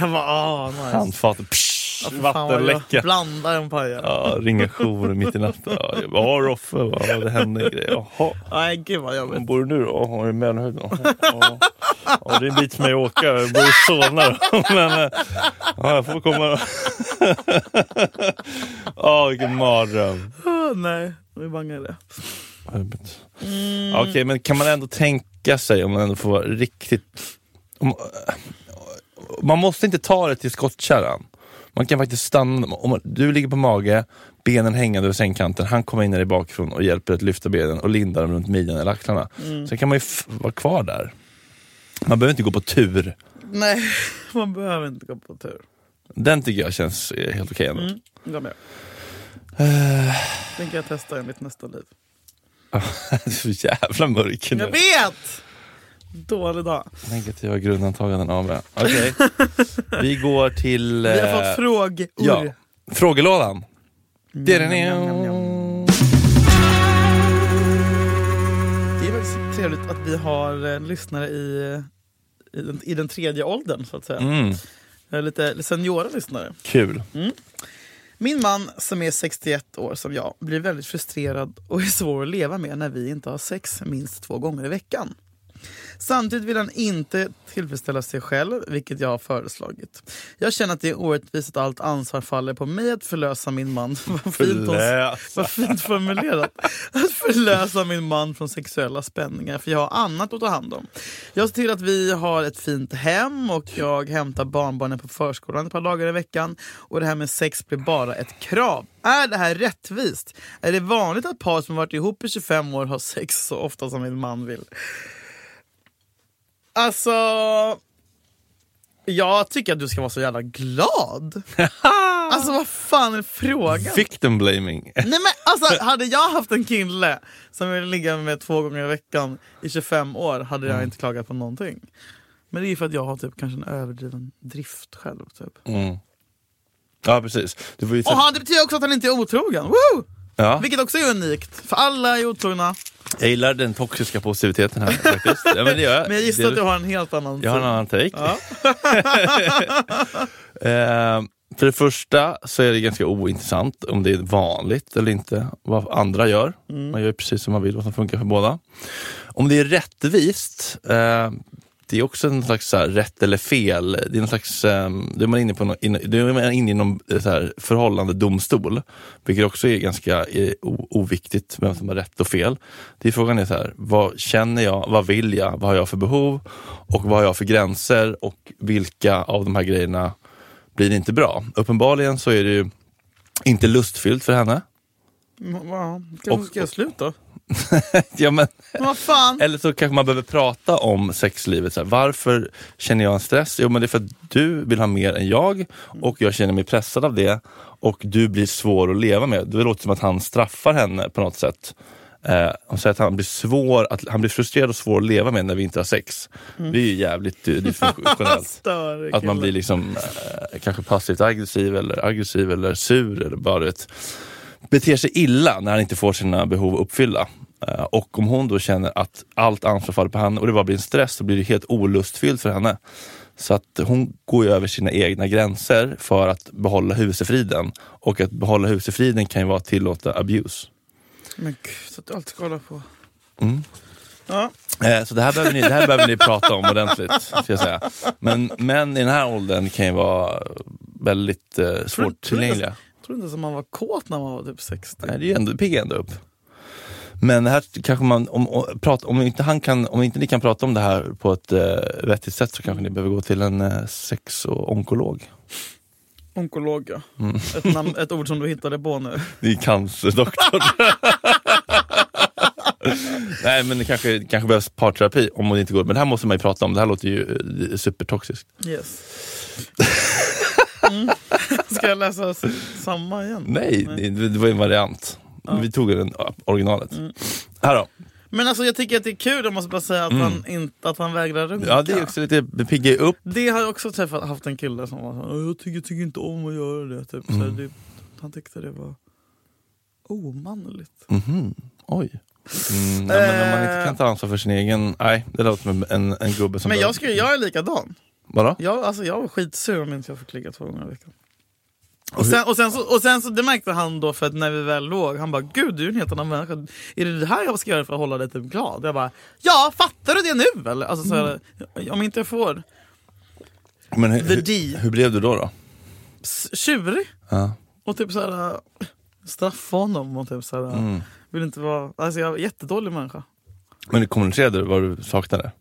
B: Jag bara, ah, nice.
C: Handfatet. Psh,
B: Ja, för fan vad jag
C: vattenläcka.
B: Blandar en paja.
C: Ja, ringa jour mitt i natten. Ja, jag bara, ja, Roffe, vad det hände en grej. Jaha,
B: Nej gud vad
C: var
B: jobbigt.
C: bor du nu då? Ja, i Mellanhöjden. Jaha, Ja, ja, det är en bit för mig att åka. Jag bor i Solna då. Men eh, ja, jag får komma. Ja, vilken mardröm.
B: Ah, nej, vi bangar det.
C: Jobbigt.
B: Mm.
C: Ja, Okej, men kan man ändå tänka sig om man ändå får vara riktigt... Om, man måste inte ta det till skottkärran. Man kan faktiskt stanna. Om man- du ligger på mage, benen hängande över sängkanten. Han kommer in där i bakifrån och hjälper dig att lyfta benen och linda dem runt midjan eller axlarna.
B: Mm.
C: Sen kan man ju f- vara kvar där. Man behöver inte gå på tur.
B: Nej, man behöver inte gå på tur.
C: Den tycker jag känns eh, helt okej ändå.
B: Mm, jag med.
C: Eh.
B: Den kan jag testa i mitt nästa liv.
C: Det är så jävla mörk nu.
B: Jag vet! Dålig dag.
C: Negativa grundantaganden av Okej, vi går till...
B: Vi har
C: eh,
B: fått frågor.
C: Ja. Frågelådan.
B: Mm,
C: Det är den
B: Det är faktiskt trevligt att vi har eh, lyssnare i, i, den, i den tredje åldern, så att säga.
C: Mm,
B: Eh, Lite seniora lyssnare.
C: kul.
B: Mm, Min man som är 61 år som jag blir väldigt frustrerad och är svår att leva med när vi inte har sex minst två gånger i veckan. Samtidigt vill han inte tillfredsställa sig själv, vilket jag har föreslagit. Jag känner att det är orättvist att allt ansvar faller på mig att förlösa min man. Vad fint, hon,
C: Förlösa.
B: vad fint formulerat. Att förlösa min man från sexuella spänningar, för jag har annat att ta hand om. Jag ser till att vi har ett fint hem och jag hämtar barnbarnen på förskolan ett par dagar i veckan. Och det här med sex blir bara ett krav. Är det här rättvist? Är det vanligt att par som varit ihop i 25 år har sex så ofta som min man vill? Alltså... Jag tycker att du ska vara så jävla glad! Alltså vad fan är frågan?
C: Victim blaming.
B: Nej men alltså, hade jag haft en kille som ville ligga med två gånger i veckan i 25 år hade
C: Mm.
B: jag inte klagat på någonting. Men det är ju för att jag har typ kanske en överdriven drift själv. Typ.
C: Mm. Ja, precis. Du får ju
B: Och han, det betyder också att han inte är otrogen! Woo!
C: ja.
B: Vilket också är unikt, för alla är otrogna.
C: Jag gillar den toxiska positiviteten här faktiskt. Ja, men, det gör jag.
B: Men jag gissar
C: det,
B: att du har en helt annan
C: Jag har en
B: syn.
C: annan take.
B: Ja.
C: Eh, för det första så är det ganska ointressant om det är vanligt eller inte. Vad andra gör.
B: Mm.
C: Man gör precis som man vill, vad som funkar för båda. Om det är rättvist, eh, det är också en slags så här, rätt eller fel. Det är någon slags, eh, då är man inne, på någon, in, då är man inne i någon eh, så här, förhållandedomstol. Vilket också är ganska eh, o, oviktigt, vem som har rätt och fel. Det är frågan är så här, vad känner jag, vad vill jag, vad har jag för behov och vad har jag för gränser och vilka av de här grejerna blir inte bra. Uppenbarligen så är det ju inte lustfyllt för henne.
B: Mm, ja, Kanske
C: Och-
B: ska jag sluta?
C: ja, men,
B: Men vad fan!
C: eller så kanske man behöver prata om sexlivet. Så här, varför känner jag en stress? Jo, men det är för att du vill ha mer än jag och jag känner mig pressad av det och du blir svår att leva med. Det låter som att han straffar henne på något sätt. Eh, och så att han blir, svår att, han blir frustrerad och svår att leva med när vi inte har sex. Det är ju jävligt eh, dysfunktionellt.
B: Större
C: Att man
B: kille.
C: blir liksom eh, kanske passivt aggressiv eller aggressiv eller sur eller bara du vet, beter sig illa när han inte får sina behov uppfyllda. Eh, och om hon då känner att allt ansvar faller på henne och det bara blir en stress så blir det helt olustfyllt för henne. Så att hon går ju över sina egna gränser för att behålla husefriden. Och att behålla husefriden kan ju vara att tillåta abuse.
B: Men gud, så att du alltid ska hålla på.
C: Mm.
B: Ja.
C: Eh, Så det här behöver ni, det här behöver ni prata om ordentligt. Ska jag säga. Men män i den här åldern kan ju vara väldigt eh,
B: tror inte-
C: svårt tillgängliga.
B: Jag tror inte ens att man var kåt när man var typ 60.
C: Nej, det är ju ändå, det piggar ändå upp. Men det här kanske man, om, om, prat, om, inte han kan, om inte ni kan prata om det här på ett eh, vettigt sätt så kanske ni behöver gå till en eh, sex och onkolog.
B: Onkolog ja.
C: Mm.
B: Ett, namn, ett ord som du hittade på nu.
C: Ni är cancerdoktor. Nej men det kanske, kanske behövs parterapi om det inte går. Men det här måste man ju prata om, det här låter ju eh, supertoxiskt.
B: Yes. Mm. Ska jag läsa s- samma igen?
C: Nej, det, det var ju en variant. Vi tog den, ja, originalet.
B: Mm.
C: Här då.
B: Men alltså jag tycker att det är kul, jag måste bara säga, att, han, inte, att han vägrar runka.
C: Mm. Ja, det är också lite, det piggar ju upp.
B: Det har jag också träffat, haft en kille som var såhär, jag tycker, tycker inte om att göra det. Typ. Så
C: Mm.
B: här, det han tyckte det var omanligt.
C: Oj. Mm, ja, men om man inte kan ta ansvar för sin egen... Nej, det låter som en, en gubbe som...
B: Eh. Men
C: behöver-
B: jag, skulle, jag är likadan.
C: Vadå?
B: Jag, alltså, jag var skitsur om inte jag fick ligga två gånger i veckan. Och sen, och, sen så, och sen så, det märkte han då för att när vi väl låg, han bara gud du är en helt annan människa. Är det det här jag ska göra för att hålla dig typ glad? Jag bara, ja fattar du det nu eller? Alltså, så här, Om inte jag får
C: Men hur,
B: The
C: hur,
B: D.
C: hur blev du då? då?
B: s- tjurig
C: Ja.
B: och typ såhär äh, straffa honom och typ såhär, äh, vill inte vara, alltså jag är en jättedålig människa.
C: Mm. Men du kommunicerade du vad du saknade?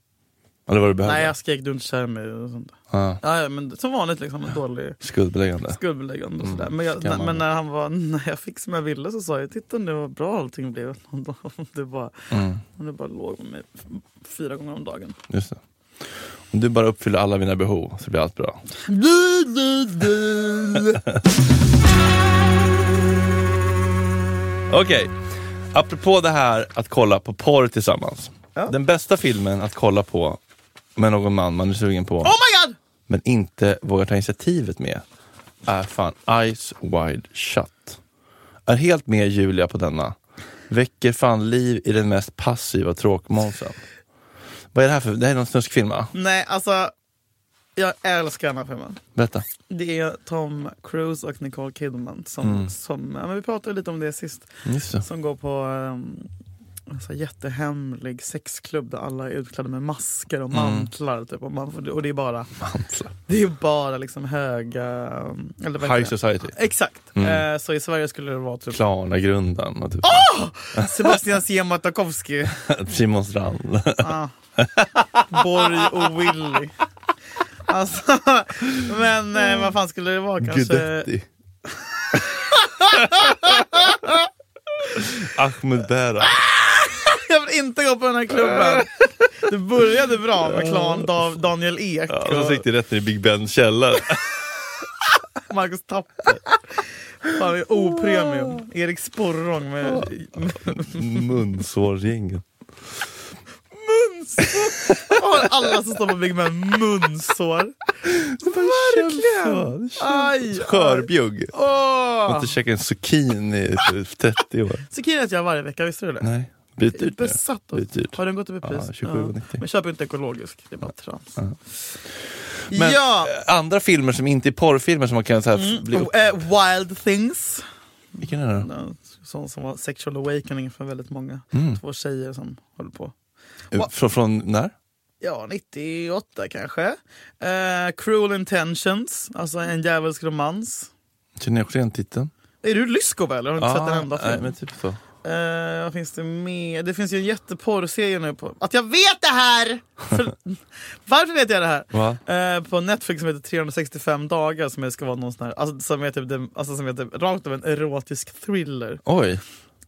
C: Eller vad du behövde?
B: Nej jag skrek du är inte kär i mig och sånt.
C: Ja,
B: Ja, ja, men som vanligt liksom en dålig
C: skuldbeläggande.
B: skuldbeläggande och sådär. Men, jag,
C: kan man.
B: men när han var, när jag fick som jag ville så sa jag titta nu vad bra allting blev. Om du bara, om du bara låg med mig f- fyra gånger om dagen.
C: Mm, Just det. Om du bara uppfyller alla mina behov så blir allt bra. Okej, apropå det här att kolla på porr tillsammans. Den bästa filmen att kolla på med någon man man är sugen på,
B: Oh my god!
C: men inte vågar ta initiativet med, är fan Eyes Wide Shut. Är helt med Julia på denna. Väcker fan liv i den mest passiva tråkmånsen. Vad är det här för, det här är någon snuskfilm va?
B: Nej alltså, jag älskar den här filmen.
C: Berätta.
B: Det är Tom Cruise och Nicole Kidman som, som ja, men vi pratade lite om det sist,
C: Just det.
B: som går på um, en så här jättehemlig sexklubb där alla är utklädda med masker och mantlar. Typ, och, man, får- och det är bara Det är bara liksom höga... Eller vad heter
C: High
B: det?
C: Society.
B: Exakt.
C: Mm.
B: Eh, så i Sverige skulle det vara typ
C: Klarna-grundaren och typ
B: Ah! Sebastian Siema Tarkovsky,
C: Simon Strand.
B: Borg och Willy. Alltså, men eh, vad fan skulle det vara kanske?
C: Guidetti. Ahmed Bera.
B: Jag vill inte gå på den här klubben. Det började bra med klan Dav, Daniel Ek
C: Ja, och så gick
B: och
C: det rätt ner i Big Ben källare.
B: Marcus Tapper. Fan, det är opremium. Erik Sporrong med...
C: Munsårsgänget.
B: Har alla som står på Big Ben munsår?
C: Verkligen!
B: Aj!
C: Skörbjugg. Jag har
B: Åh!
C: inte käkat en zucchini i typ 30 år.
B: Så killar jag varje vecka, visste du det?
C: Nej, byt ut nu.
B: Besatt av...
C: Det är dyrt.
B: Har den gått upp i
C: Ja,
B: pris?
C: 27,90.
B: Men köp inte ekologisk, det är bara trams.
C: Men
B: ja!
C: eh, andra filmer som inte är porrfilmer som man kan så här, f- bli upp...
B: Och, eh, wild Things.
C: Vilken är det då?
B: Ja, Sån som var sexual awakening för väldigt många.
C: Mm.
B: Två tjejer som håller på.
C: Eh, Från, från när?
B: Ja, 98 kanske. Eh, Cruel Intentions, alltså en djävulsk romans.
C: Känner jag också igen titeln?
B: Är du lysko väl? Har du inte sett en enda
C: nej,
B: film?
C: men typ så.
B: Eh, vad finns det mer? Det finns ju en jätteporrserie nu på... Att jag vet det här! För, varför vet jag det här?
C: Va?
B: Eh, på Netflix som heter 365 dagar som ska vara någon sån här, alltså, som är typ, den- alltså, som är typ rakt av en erotisk thriller
C: Oj.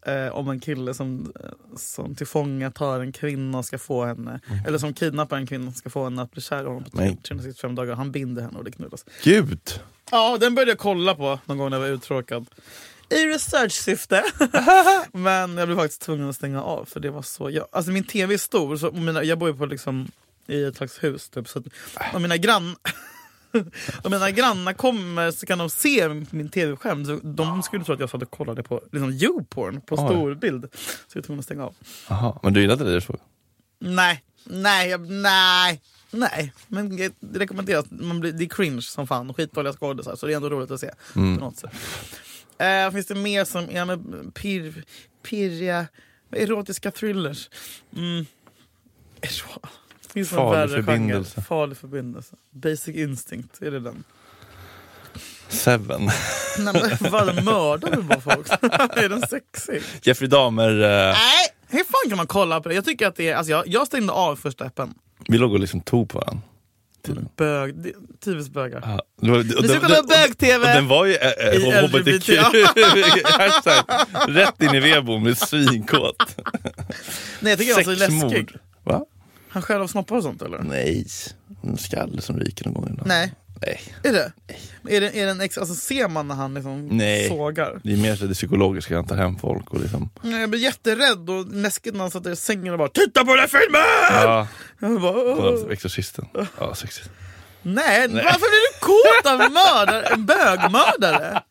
B: eh, om en kille som, eh, som tillfångatar en kvinna och ska få henne, eller som kidnappar en kvinna och ska få henne att bli kär i honom på
C: Mm. Nej.
B: 365 dagar. Han binder henne och det knullas.
C: Gud!
B: Ja, den började jag kolla på någon gång när jag var uttråkad. I research-syfte. Men jag blev faktiskt tvungen att stänga av för det var så... Jag, alltså min tv är stor, så och mina, jag bor ju på liksom, i ett slags hus. Typ, så att, om mina grann... Om mina grannar kommer så kan de se min tv-skärm. Så De skulle tro att jag satt och kollade på liksom, YouPorn på storbild. Så jag var tvungen att stänga av.
C: Aha, men du gillade det du såg?
B: Nej, nej, jag, nej, nej. Men jag- det rekommenderas. Man blir, det är cringe som fan. Skitdåliga skådisar. Så det är ändå roligt att se.
C: Mm.
B: På något sätt. Eh, finns det mer som ja, men, pirr, pirriga, erotiska thrillers? Mm. Ero- Finns det någon
C: Farlig
B: värre genre?
C: förbindelse.
B: Farlig förbindelse. Basic instinct, är det den?
C: Seven.
B: Nej, men, vad mördar du bara folk? är den sexig?
C: Jeffrey Dahmer... eh,
B: Nej! Hur fan kan man kolla på det? Jag tycker att det är, alltså jag, jag stängde av första appen.
C: Vi låg och liksom tog på varandra. Tydligen.
B: Bög, det- tidvis bögar.
C: Ja. Det var- och
B: Vi ska
C: den-
B: kolla
C: den-
B: på bög-tv!
C: och Den var ju eh, eh,
B: I
C: hbtq. Hashtag. Rätt in i Rebo med svinkåt.
B: Nej jag tycker alltså det är läskigt.
C: Sexmord. Va?
B: Han själv snoppar och sånt eller?
C: Nej. En skalle som ryker någon gång. ibland.
B: Nej.
C: Nej.
B: Är det? Är det, är det en ex, alltså ser man när han liksom
C: Nej.
B: sågar?
C: Det är mer så det psykologiska, han tar hem folk och liksom...
B: Nej, Jag blir jätterädd och läskigt när han satt i sängen och bara TITTA PÅ DEN HÄR FILMEN!
C: Ja,
B: Jag bara, "Åh."
C: och Exorcisten. Ja, sexigt.
B: Nej, varför blir du kåt av mördare, en bögmördare?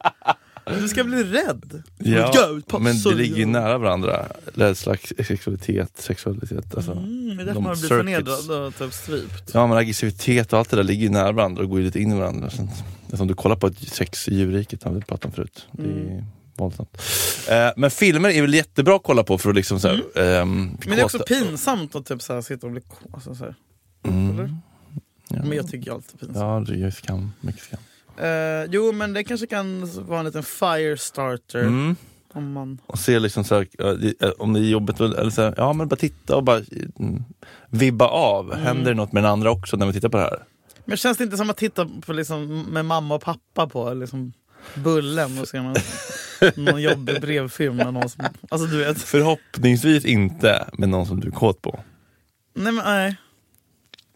B: Du ska bli rädd.
C: Ja,
B: Gud, Mm, pappa,
C: men det
B: sorry.
C: ligger ju nära varandra. Rädsla, sexualitet, sexualitet. Alltså,
B: Mm, det är
C: de
B: därför man blir
C: circuits.
B: förnedrad och typ strypt.
C: Ja men aggressivitet och allt det där ligger ju nära varandra och går ju lite in i varandra. Sen, eftersom du kollar på ett sex i djurriket, har vi pratat om förut. Det är
B: Mm.
C: våldsamt. Eh, men filmer är väl jättebra att kolla på för att liksom såhär... ehm,
B: Mm. Men det är också
C: kåta-
B: pinsamt att typ så här, sitta och bli kåt. Alltså, så här.
C: Mm.
B: eller? Men jag tycker allt är pinsamt.
C: Ja, det är ju skam. Mycket skam.
B: Eh, jo, men det kanske kan vara en liten firestarter.
C: Mm.
B: Om man...
C: Och se liksom så här, eh, det- eh, om det är jobbigt, eller så här, ja men bara titta och bara mm, vibba av.
B: Mm.
C: Händer det något med den andra också när vi tittar på det här?
B: Men känns det inte som att titta på liksom, med mamma och pappa på liksom, Bullen och ser man någon jobbig brevfilm med någon som... Alltså du vet.
C: Förhoppningsvis inte med någon som du är kåt på.
B: Nej men nej.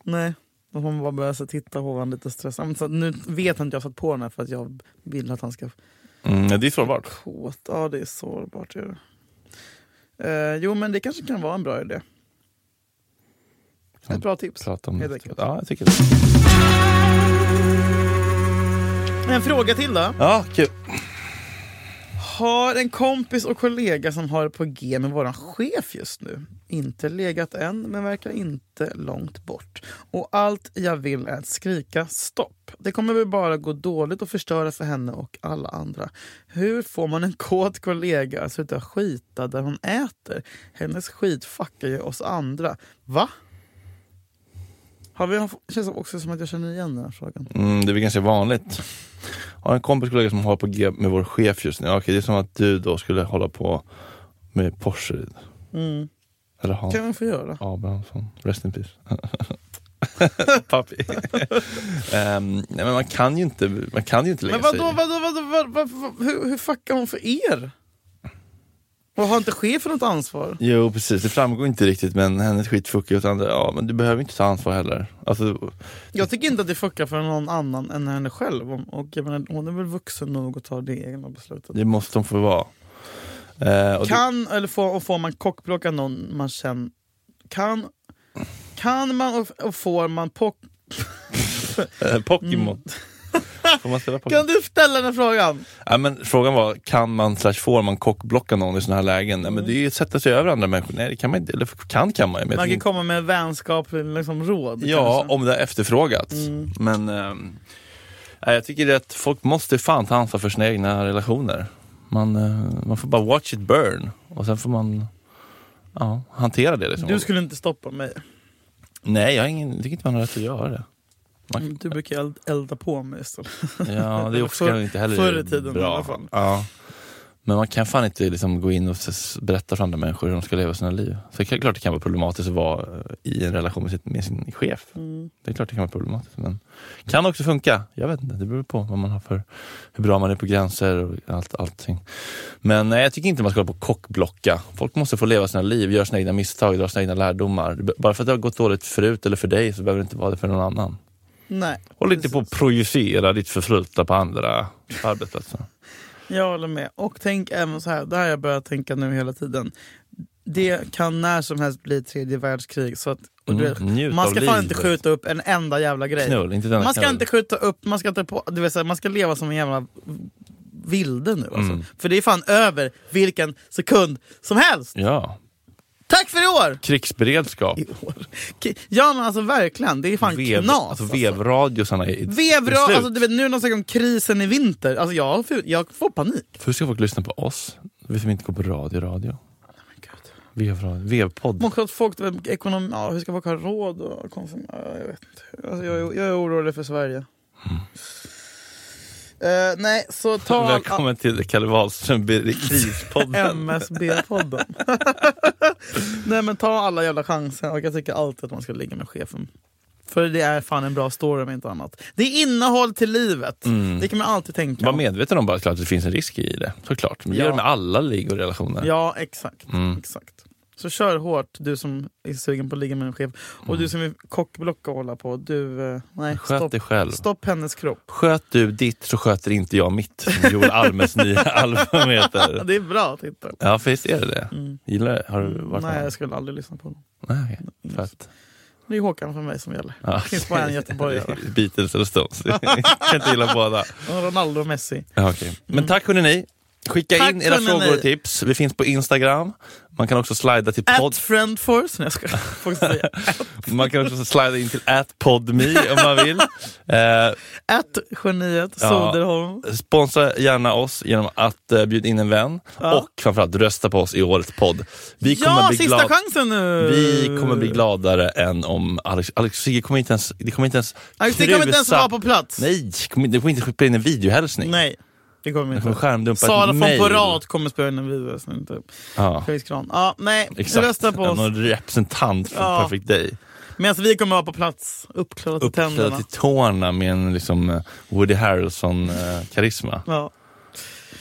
B: Nej. Då får man bara börja så, titta på varandra lite stressad. Men Så, att nu vet han att jag har satt på den här för att jag vill att han ska
C: Mm, ja, det är sårbart.
B: kåt. Ja det är sårbart. Är det. Eh, jo men det kanske kan vara en bra idé. Ett bra tips.
C: Prata om
B: Helt
C: det.
B: enkelt.
C: Ja, jag tycker det.
B: En fråga till då.
C: Ja, kul.
B: Har en kompis och kollega som har det på G med våran chef just nu. Inte legat än, men verkar inte långt bort. Och allt jag vill är att skrika stopp. Det kommer väl bara gå dåligt och förstöra för henne och alla andra. Hur får man en kåt kollega att sluta skita där hon äter? Hennes skit fuckar ju oss andra. Va? Har vi, känns också som att jag känner igen den här frågan.
C: Mm, det är väl ganska vanligt. Jag har en kompis kollega som håller på G med vår chef just nu. Ja, Okej, det är som att du då skulle hålla på med Porseryd.
B: Mm.
C: Eller ha
B: kan man få göra.
C: Abrahamsson. Rest in peace. Pappi. Ehm, nej, men man kan ju inte, man kan ju inte lägga
B: Men vadå,
C: sig
B: vadå, vadå, vad, vad, vad, hur, hur fuckar hon för er? Och har inte chefen något ansvar?
C: i. Jo, precis. Det framgår inte riktigt, men hennes skit fuckar ju åt andra. Ja, men du behöver inte ta ansvar heller. Alltså,
B: Jag tycker inte att det fuckar för någon annan än henne själv. Om- Och jag menar, hon är väl vuxen nog att ta det egna beslutet.
C: det måste de få vara. Eh, och det-
B: Kan, eller får, och får man kockblocka någon man känner... Kan, kan man och, och får man pock...
C: eh, Pokémon.
B: Mm.
C: Får man spela Pokémon?
B: Kan du ställa den här frågan?
C: Ja, men frågan var, kan man slash får man kockblocka någon i sådana här lägen? Nej, men
B: Mm.
C: det är ju att sätta sig över andra människor. Nej, det kan man inte. Eller kan kan man ju. men jag
B: Man
C: tycker
B: kan
C: inte-
B: komma med vänskaplig liksom, råd.
C: Ja,
B: kanske. Mm.
C: om det är efterfrågat. Men ehm, nej, jag tycker det att folk måste fan ta ansvar för sina egna relationer. Man, eh, man får bara watch it burn och sen får man ja, hantera det. Liksom.
B: Du skulle inte stoppa mig.
C: Nej, jag har ingen, jag tycker inte man har rätt att göra det. Man,
B: Du brukar eld, elda på mig istället.
C: ja, det är också
B: Förr-
C: inte heller
B: förr i tiden
C: bra.
B: i alla fall.
C: Ja. Men man kan fan inte liksom gå in och s- berätta för andra människor hur de ska leva sina liv. Så det är klart det kan vara problematiskt att vara eh, i en relation med sin, med sin chef.
B: Mm.
C: Det är klart det kan vara problematiskt. Men kan också funka. Jag vet inte, det beror på vad man har för, hur bra man är på gränser och allt, allting. Men nej, jag tycker inte man ska hålla på och kockblocka. Folk måste få leva sina liv, göra sina egna misstag, dra sina egna lärdomar. Det be- Bara för att det har gått dåligt förut eller för dig så behöver det inte vara det för någon annan.
B: Nej.
C: Håll inte på att projicera ditt förflutna på andra arbetsplatser.
B: Jag håller med. Och tänk även så här, det här har jag börjat tänka nu hela tiden. Det kan när som helst bli tredje världskrig. Så att, och du
C: Mm, njut
B: vet, man
C: av
B: ska fan
C: livet.
B: inte skjuta upp en enda jävla grej.
C: Knull, inte denna
B: man ska
C: knull.
B: inte skjuta upp, man ska, inte på, du vet, så här, man ska leva som en jävla vilde nu. Alltså.
C: Mm.
B: För det är fan över vilken sekund som helst.
C: Ja,
B: Tack för i år!
C: krigsberedskap.
B: I år. K- Ja men alltså verkligen, det är fan
C: Vev,
B: knas.
C: alltså
B: alltså.
C: vevradiosarna är,
B: Vevra,
C: är slut.
B: alltså, du vet, nu när de snackar om krisen i vinter, alltså, jag, jag får panik.
C: Hur ska folk lyssna på oss? Vi som inte går på radio, radio. Vevradio, vevpodd.
B: Man tror att folk, ekonom, ja, hur ska folk ha råd att konsumera? Ja, Jag vet inte. Alltså, jag, är- jag är orolig för Sverige. Eh, nej, så ta
C: Välkommen till Kalle Wahlström, Berikrispodden.
B: MSB-podden. Nej men ta alla jävla chanser och jag tycker alltid att man ska ligga med chefen. För det är fan en bra story om inte annat. Det är innehåll till livet. Det kan man alltid tänka
C: Var
B: på.
C: medveten om bara att klart det finns en risk i det, såklart. Men det
B: Ja.
C: gör det med alla ligor och relationer.
B: Ja, exakt.
C: Mm.
B: exakt. Så kör hårt, du som är sugen på att ligga med en chef. Och du som är kockblock och hålla på. Du, eh, nej,
C: Sköt
B: stopp,
C: dig själv.
B: stopp hennes kropp.
C: Sköt du ditt så sköter inte jag mitt, som Joel Almes nya album
B: Ja,
C: heter.
B: det är bra titel.
C: Ja, för visst är det det? Gillar det? Har du varit
B: Mm. Nej,
C: med?
B: jag skulle aldrig lyssna på honom.
C: Nej, okej. för att,
B: Det är Håkan för mig som gäller.
C: ja.
B: Det finns bara en göteborgare.
C: Beatles eller Stones. jag kan inte gilla båda.
B: Och Ronaldo och Messi.
C: Ja, okej. Men tack hörni ni. Skicka
B: Mm. Tack,
C: in era
B: hörni,
C: frågor
B: ni.
C: och tips. Vi finns på Instagram. Man kan också slida till
B: At
C: podd.
B: friend force. Nej, jag skojar. Folk säger
C: Man kan också slida in till atpodme om man vill. Eh,
B: At geniet
C: Ja.
B: Soderholm.
C: sponsra gärna oss genom att eh, bjuda in en vän och framförallt rösta på oss i årets podd. Vi kommer,
B: Ja,
C: bli,
B: sista
C: glad,
B: chansen nu!
C: vi kommer bli gladare än om Alex, Alex och Sigge kommer inte ens, det kommer inte ens
B: Alex, det kommer inte ens
C: krusa-
B: vara på plats.
C: Nej, kommer, det kommer inte skicka in en videohälsning.
B: Nej, det kommer
C: kommer
B: inte.
C: skärmdumpa ett
B: Sara von
C: mail.
B: Porat kommer spela in en video sen. Typ.
C: Ja,
B: Felix Kran. Ja, nej,
C: exakt.
B: rösta på oss.
C: Någon representant för
B: Ja.
C: Perfect Day.
B: Medan vi kommer vara på plats, uppklädda till
C: Uppklädd
B: tänderna.
C: till tårna med en liksom eh, Woody Harrelson-karisma.
B: Ja,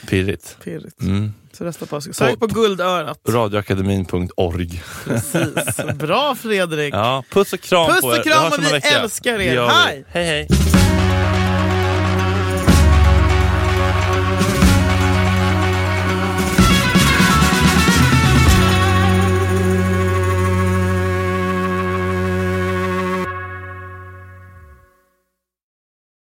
C: Pirrigt.
B: pirrigt.
C: Mm.
B: Så rösta på oss. Sök på guldörat.
C: Radioakademin.org.
B: Precis. Bra Fredrik!
C: Ja, puss och kram
B: Puss
C: på
B: och
C: er.
B: kram
C: hörs
B: och
C: om en
B: vi
C: vecka.
B: älskar
C: Det
B: er.
C: gör vi.
B: Hej!
C: Hej hej!